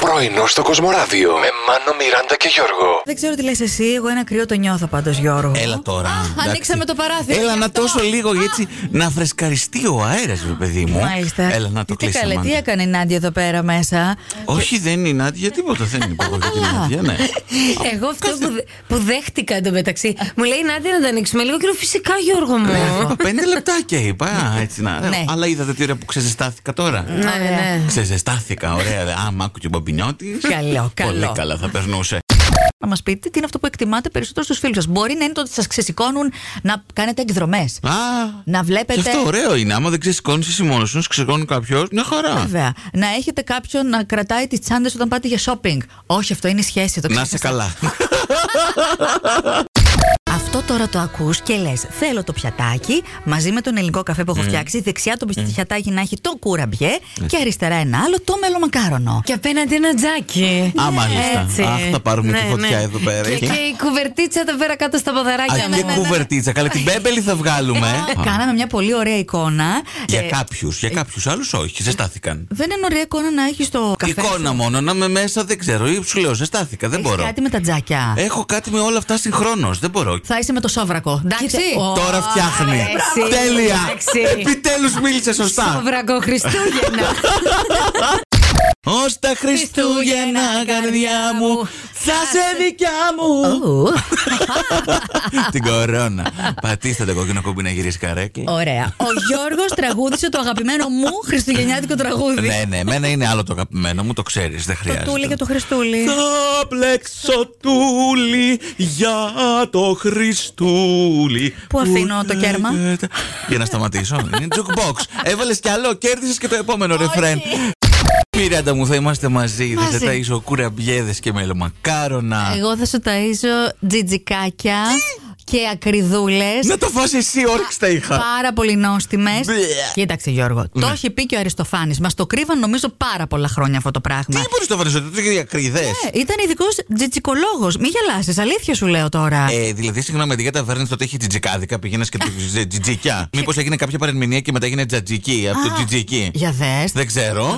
Πρωινό στο Κοσμοράδιο με Μάνο, Μιράντα και Γιώργο. Δεν ξέρω τι λες εσύ, εγώ ένα κρύο το νιώθω πάντως Γιώργο. Έλα τώρα. εντάξει. ανοίξαμε το παράθυρο Έλα γι' να αυτό. τόσο λίγο έτσι να φρεσκαριστεί ο αέρας, ρε παιδί μου. Μάλιστα. Έλα να το τι κλείσουμε. καλέ, τι άντε. έκανε η Νάντια εδώ πέρα μέσα. Όχι, δεν είναι Νάντια, τίποτα δεν είναι υπερβολική Νάντια, ναι. Εγώ αυτό που, δε- που δέχτηκα εντωμεταξύ. Μου λέει Νάντια να το ανοίξουμε λίγο και λέω, φυσικά Γιώργο μου. Είπα, Πέντε λεπτάκια είπα, α, έτσι να. Ναι. Αλλά είδατε τι ωραία που ξεζεστάθηκα τώρα. Ναι, ναι. Ξεζεστάθηκα, ωραία. δε. Α, μ' άκου και ο μπαμπινιώτη. Καλό, καλό. Πολύ καλά θα περνούσε. Να μας πείτε τι είναι αυτό που εκτιμάτε περισσότερο στους φίλους σας. Μπορεί να είναι το ότι σας ξεσηκώνουν να κάνετε εκδρομές. Α, Να βλέπετε. Και αυτό ωραίο είναι. Άμα δεν ξεσηκώνεις εσύ μόνος σου, ξεσηκώνει κάποιος, μια χαρά. Βέβαια. Να έχετε κάποιον να κρατάει τις τσάντες όταν πάτε για shopping. Όχι, αυτό είναι η σχέση. Το Να ξέχασα. είσαι καλά. Αυτό τώρα το ακούς και λες: Θέλω το πιατάκι μαζί με τον ελληνικό καφέ που έχω φτιάξει. Δεξιά το πιατάκι να έχει το κουραμπιέ και αριστερά ένα άλλο το μελομακάρονο. Και απέναντι ένα τζάκι. Α, μάλιστα. Έτσι. Αχ, θα πάρουμε τη Ναι, φωτιά ναι. εδώ πέρα. Και, και η κουβερτίτσα εδώ πέρα κάτω στα Α, ποδαράκια και μου. κουβερτίτσα. Καλά, την μπέμπελη θα βγάλουμε. ε. Κάναμε μια πολύ ωραία εικόνα. Για Ε, κάποιους, για κάποιους άλλους όχι, ζεστάθηκαν. δεν είναι ωραία εικόνα να έχεις το καφέ. σου. Εικόνα μόνο, να είμαι μέσα δεν ξέρω. Ή σου λέω, ζεστάθηκα, δεν Έχεις μπορώ. Ε. κάτι με τα τζάκια. Έχω κάτι με όλα αυτά συγχρόνως. Δεν μπορώ. Θα είσαι με το σόβρακο. Εντάξει. Κοίτα, Ο- Τώρα φτιάχνει. εσύ, Τέλεια. εντάξει. Επιτέλους μίλησες σωστά. Σοβρακό Χριστούγεννα. Ως τα Χριστούγεννα, καρδιά μου, θα σε δικιά μου. Ου, Την κορώνα. Πατήστε το κόκκινο κουμπί να γυρίσει καρέκλα. Ωραία. Ο Γιώργος τραγούδισε το αγαπημένο μου χριστουγεννιάτικο τραγούδι. Ναι, ναι, εμένα είναι άλλο το αγαπημένο μου, το ξέρεις, δεν Το τούλι χρειάζεται. και το Χριστούλη. Θα πλέξω τούλι για το Χριστούλη. Πού αφήνω το κέρμα? λέγεται- Για να σταματήσω. Είναι jukebox. Έβαλες κι άλλο, κέρδισες και το επόμενο ρεφρέν. Μιράντα μου, θα είμαστε μαζί. Θα Μαζί. σε ταΐσω κουραμπιέδε και μελομακάρονα. Εγώ θα σου ταΐζω τζιτζικάκια και ακριδούλες Να το φας εσύ, όρεξ τα είχα. Πάρα πολύ νόστιμες. Ναι. Μπλε. Ναι. Κοίταξε, Γιώργο. Το έχει πει και ο Αριστοφάνης. Μας το κρύβαν νομίζω πάρα πολλά χρόνια αυτό το Τι πράγμα. μπορείς να το φανεί, ότι για κρυδέ. Ε, Ήταν ειδικός τζιτζικολόγος. Μη γελάσεις, αλήθεια σου λέω τώρα. Ε, δηλαδή, συγγνώμη, αντί για ταβέρνε τότε είχε τζιτζικάδικα, πήγαινα και τους τζι- τζιτζικιά. Μήπως έγινε κάποια παρερμηνία και μετά έγινε τζατζική από το Ε, Α, τζιτζική. Για δες. Δεν ξέρω.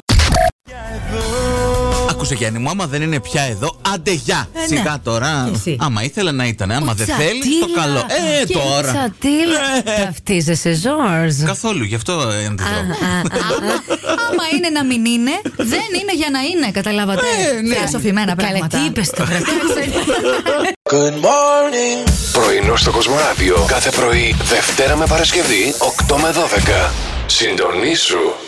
Ακούσε Γιάννη μου, άμα δεν είναι πια εδώ, άντε γεια! ναι. Σιγά τώρα. Ε, Και εσύ. Άμα ήθελε να ήταν, άμα δεν θέλει, το καλό. Ε, τώρα. Ε. Τσατήλα. Ταυτίζεσαι, Ζόρζ. Καθόλου, γι' αυτό ε, δεν τρώω. Άμα είναι να μην είναι, δεν είναι για να είναι, καταλάβατε. Ε, ναι. Θεά σοφημένα Καλά, πράγματα. τι είπες τώρα. Πρωινό στο Κοσμοράδιο κάθε πρωί, Δευτέρα με Παρασκευή, 8 με 12. Συντονίσου.